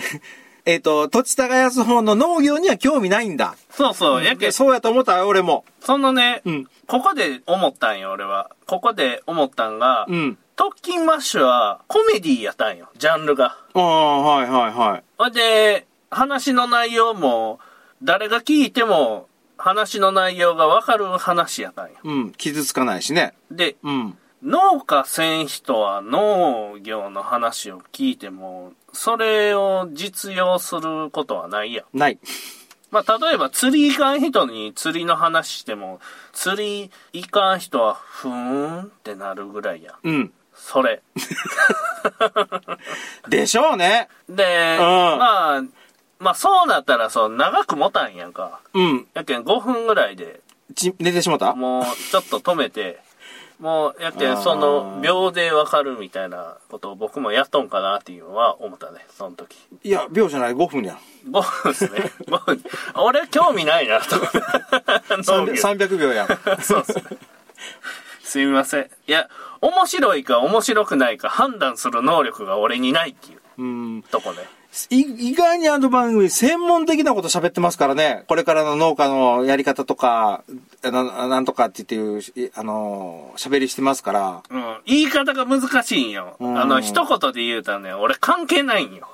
えっと、土地耕す方の農業には興味ないんだ。
そうそう。やけ、そ
そうやと思った俺も。
のね、
うん
ここで思ったんよ、俺は。ここで思ったんが、
うん。
特勤マッシュはコメディやったんよ、ジャンルが。
ああ、はいはいはい。
ほんで、話の内容も、誰が聞いても、話の内容が分かる話やったんよ。
うん、傷つかないしね。
で、
うん。
農家せん人は農業の話を聞いても、それを実用することはないやん。
ない。
まあ、例えば釣り行かん人に釣りの話しても、釣り行かん人はふーんってなるぐらいやん。
うん。
それ。
でしょうね。
で、
うん
まあ、まあそうなったらそう長く持たんやんか。
うん。
やけん5分ぐらいで
ち、寝てしまった
もうちょっと止めて、もうやけ
あ
ん
ー
その秒でわかるみたいなことを僕もやっとんかなっていうのは思ったね、その時。
いや、秒じゃない、5分やん。
5分ですね。5分。俺興味ないなと。 農業
300 300秒やん。
そうですね。すみません。いや、面白いか面白くないか判断する能力が俺にないっていう
うん。
とこね。
い意外にあの番組、専門的なこと喋ってますからね。これからの農家のやり方とか、ななんとかって言っていう、いあの、喋りしてますから。
うん、言い方が難しいんよ。
うん
あの、一言で言うたらね、俺関係ないんよ。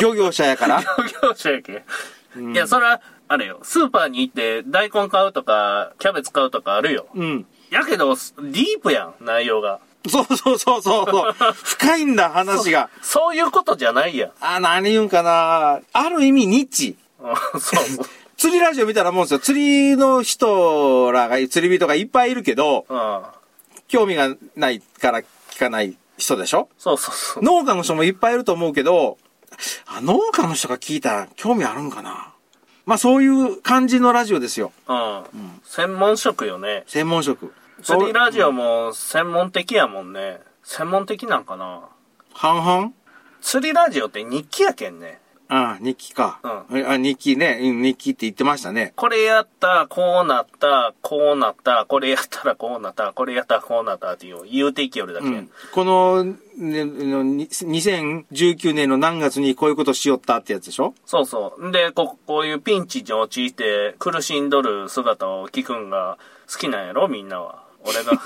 漁業者やから。
業者やけ。ん、いや、それは、あれよ、スーパーに行って大根買うとか、キャベツ買うとかあるよ。
うん。
やけど、ディープやん、内容が。
そうそうそうそうそう。深いんだ、話が。
そういうことじゃないやん。
あ、何言うんかな。ある意味、ニッチ。
うんそうそう。
釣りラジオみたいなもんですよ。釣りの人らが、釣り人がいっぱいいるけど、
うん。
興味がないから聞かない人でしょ
そうそうそう。
農家の人もいっぱいいると思うけど、あ農家の人が聞いたら興味あるんかなまあそういう感じのラジオですよ。
うん。専門職よね。
専門職。
釣りラ
ジ
ジオも専門的やもんね。専門的なんかな。
半
釣りラジオって日記やけんね。
々ああ、日記か。あ日記ね。うん日記って言ってましたね。
これやった、こうなった、こうなった、これやったらこうなった、これやったらこうなったっていう言うていきよるだけ。
うんこの、ねのに2019年の何月にこういうことしよったってやつでしょ
そうそう。んで、こ、こういうピンチに陥って苦しんどる姿を聞くんが好きなんやろみんなは。俺が、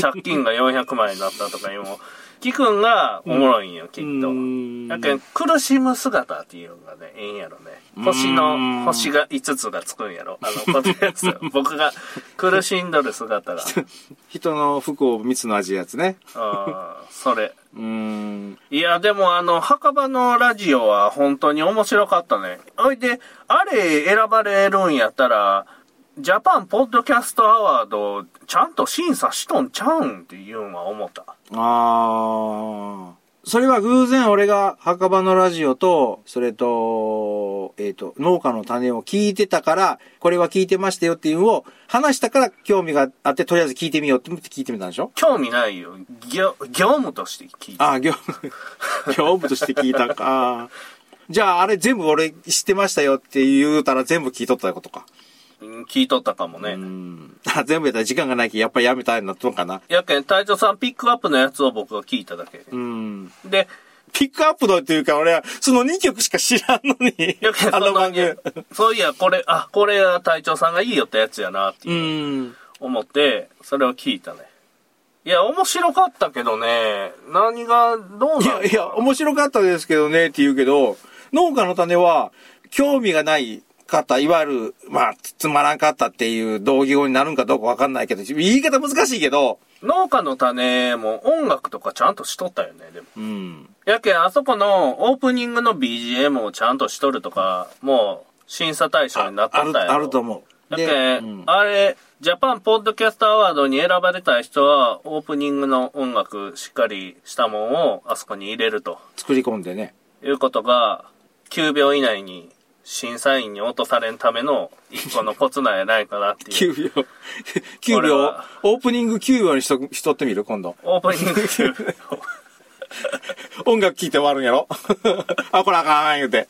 借金が400万円になったとかいうのも、キくんがおもろいんよ、きっと。
ん
だけど苦しむ姿っていうのがね、ええんやろね。星
うん
の、星が5つがつくんやろ。あ の、このやつ。僕が苦しんどる姿が。
人の不幸密の味やつね。
あーそれ。
うーん。
いや、でもあの、墓場のラジオは本当に面白かったね。おいで、あれ選ばれるんやったら、ジャパンポッドキャストアワード、ちゃんと審査しとんちゃうんっていうのは思った。
ああ。それは偶然俺が墓場のラジオと、それと、えっ、と、農家の種を聞いてたから、これは聞いてましたよっていうのを話したから興味があって、とりあえず聞いてみようって思って聞いてみたんでしょ
興味ないよ。業、業務として聞いた。
ああ、業務、 業務として聞いたか。あーじゃああれ全部俺知ってましたよって言うたら全部聞いとったことか。
うん聞いとったかもね。
うん。あ 全部やったら時間がないきやっぱりやめたいなとんかな。
やけん、隊長さんピックアップのやつを僕が聞いただけ。
うん。
で、
ピックアップのっていうか、俺は、その2曲しか知らんのに
やけん、、
あの番組。
そのそういや、これ、あ、これは隊長さんがいいよってやつやな、っていうう。
ん。
思って、それを聞いたね。いや、面白かったけどね、何がどう
い
なの
や、いや、面白かったですけどね、って言うけど、農家の種は、興味がない方、いわゆる、まあ、つつまらんかったっていう同義語になるんかどうかわかんないけど、言い方難しいけど、
農家の種も音楽とかちゃんとしとったよね、でも。
うん。
やけん、あそこのオープニングの BGM をちゃんとしとるとか、もう審査対象になっ
あ
とっ
る、
たやろ。
あると思う。
だ
で
け、
うん
あれ、ジャパンポッドキャストアワードに選ばれた人は、オープニングの音楽しっかりしたもんをあそこに入れると
作り込んでね。
いうことが、9秒以内に審査員に落とされんための一個のコツなんやないかなっていう。
9秒。9
俺
秒
は。
オープニング9秒にしとしとってみる今度。
オープニング9秒。
音楽聴いて終わるんやろ あ、これあかん、言うて。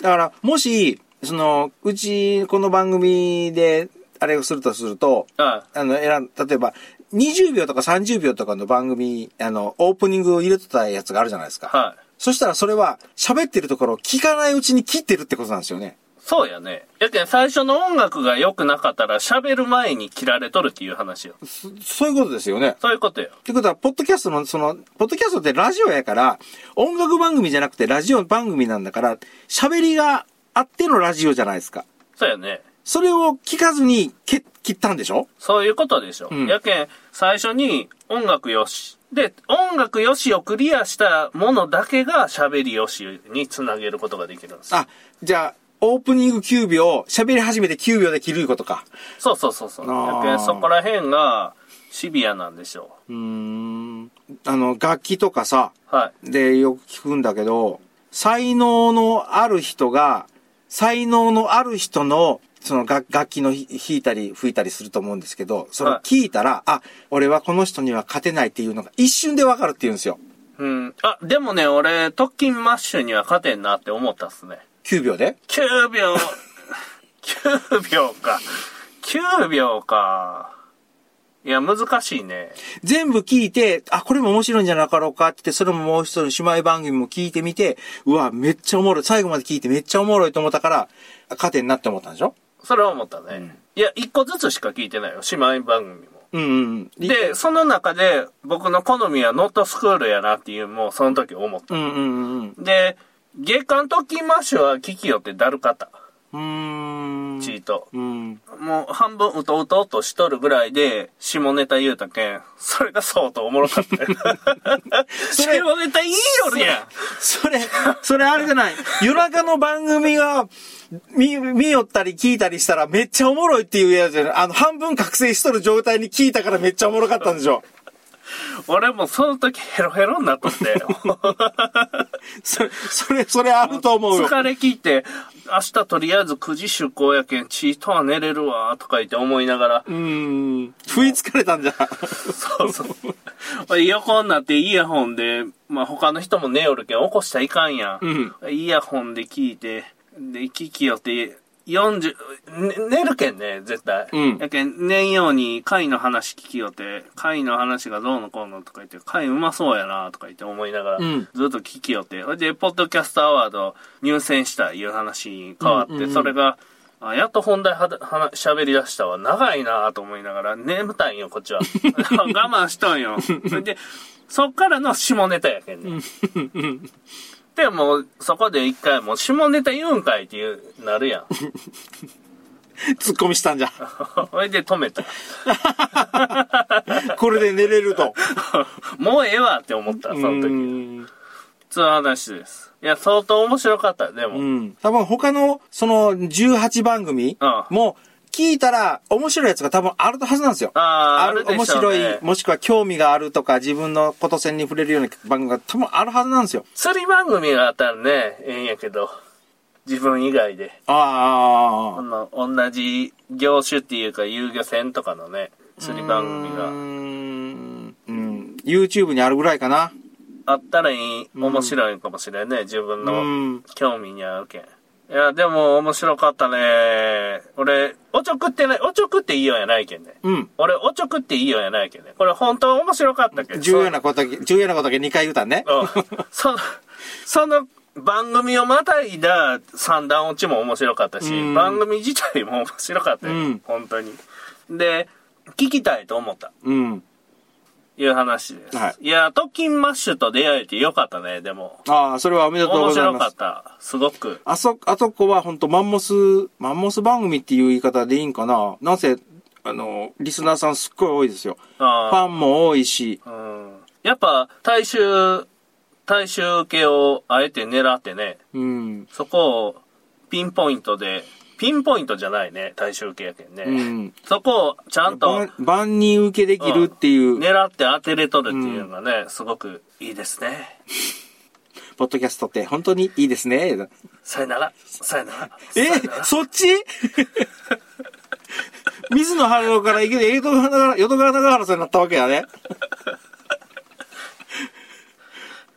だから、もし、その、うち、この番組で、あれをするとすると、
あ
あの、選ん、例えば、20秒とか30秒とかの番組、あの、オープニングを入れてたやつがあるじゃないですか。
はい。
そしたらそれは、喋ってるところを聞かないうちに切ってるってことなんですよね。
そうやね。やけん最初の音楽が良くなかったら喋る前に切られとるっていう話よ。
そういうことですよね。
そういうことよ。
ってことは、ポッドキャストの、その、ポッドキャストってラジオやから、音楽番組じゃなくてラジオ番組なんだから、喋りがあってのラジオじゃないですか。
そうやね。
それを聞かずに、け、切ったんでしょ
そういうことでしょ。
うん
やけん、最初に音楽よし。で、音楽よしをクリアしたものだけが喋りよしにつなげることができるんですよ。
あ、じゃあ、オープニング9秒、喋り始めて9秒で切ることか。
そうそうそうそう。
あ
や
ー
けん、そこら辺がシビアなんでしょ
うーん。あの、楽器とかさ、
う。はい。
でよく聞くんだけど、才能のある人が、才能のある人の、その楽楽器のひ弾いたり吹いたりすると思うんですけど、それを聞いたら、あ、俺はこの人には勝てないっていうのが一瞬でわかるって言うんですよ。
うん。あ、でもね、俺、特勤マッシュには勝てんなって思ったっすね。
9秒で
9秒。9秒か。9秒か。いや、難しいね。
全部聞いて、あ、これも面白いんじゃなかろうかって言って、それももう一つの姉妹番組も聞いてみて、うわ、めっちゃおもろい。最後まで聞いてめっちゃおもろいと思ったから、あ勝てんなって思ったんでしょ
それは思ったね。いや、1個ずつしか聞いてないよ。姉妹番組も。
うんうん。い
で、その中で僕の好みはノットスクールやなっていうもうその時思った。
うんうんうんうん。
で、月刊特勤マッシュは聞きよってだるかった。
うーん。
チート。
うん。
もう半分うとうとうとしとるぐらいで下ネタ言うたけん、それが相当おもろかった よ。下
れ
ネタいいよりやん。
それ、それあれじゃない。夜中の番組が、見、見よったり聞いたりしたらめっちゃおもろいっていうやつじゃない。あの、半分覚醒しとる状態に聞いたからめっちゃおもろかったんでしょ。
俺もその時ヘロヘロになっとって。
それ、それ、それあると思うよ。
疲れ切って、明日とりあえず9時出航やけん、チートは寝れるわ、とか言って思いながら、
うーん。食いつかれたんじゃ。
そうそう。横になってイヤホンで、まあ他の人も寝よるけん起こしたらいかんやん。イヤホンで聞いて、で、聞きよって、40、ね寝るけんね、絶対。
うん
やけん、寝んように貝の話聞きよって、貝の話がどうのこうのとか言って、貝うまそうやなとか言って思いながら、
うん
ずっと聞きよって、ほいで、ポッドキャストアワード入選したいう話に変わって、それが、あやっと本題はだはな喋り出したわ。長いなぁと思いながら、眠たいんよ、こっち は。我慢しとんよ。それで、そっからの下ネタやけんね。で、もう、そこで一回、もう下ネタ言うんかいっていう、なるやん。
突っ込みしたんじゃ。
それで止めた。
これで寝れると。
もうええわって思った、その
う
時。
ん
そういう話です。いや、相当面白かった、でも。
うん。多分他の、その18番組
うん
も、聞いたら面白いやつが多分あるはずなんですよ。
あーあるで
面
しょう
白
ね
い、もしくは興味があるとか、自分のこと線に触れるような番組が多分あるはずなんですよ。
釣り番組があったらね、ええんやけど、自分以外で。こ
ああ。
の、同じ業種っていうか、遊漁船とかのね、釣り番組
うー
が
ん。うん。YouTube にあるぐらいかな。
あったらいい、面白いかもしれんね、自分
う
の
ん
興味に合うけん。いや、でも面白かったね。俺、おちょくってね、おちょくっていいようやないけんね。
うん。
俺、おちょくっていいようやないけんね。これ本当面白かったけど。
重要なことだけ、重要なことだけ2回言うたんね。
うん その、その番組をまたいだ三段落ちも面白かったし、
うん
番組自体も面白かったよ、
うん
本当に。で、聞きたいと思った、
うん。
いう話です。、
はい
や、トッキンマッシュと出会えてよかったね、でも。
ああ、それはおめでとう
面
ござい
白
ま
か
す
っ。た。すごく。
あそ、あそこは本当マンモス、マンモス番組っていう言い方でいいんかななんせ、あの、リスナーさんすっごい多いですよ。フ
あ
ァンも多いし、
ーうん、やっぱ、大衆、大衆系をあえて狙ってね、
うん。
そこをピンポイントで、ピンポイントじゃないね、大衆系やけんね。
うん
そこをちゃんと、
万万人受けできるっていう、
狙って当てれとるっていうのがね、すごくいいですね。
ポッドキャストって本当にいいですね。
さよなら、さよなら。
え
さよなら
そっ ち水野春郎から行けて、江戸川永原、淀川長原さんになったわけだね。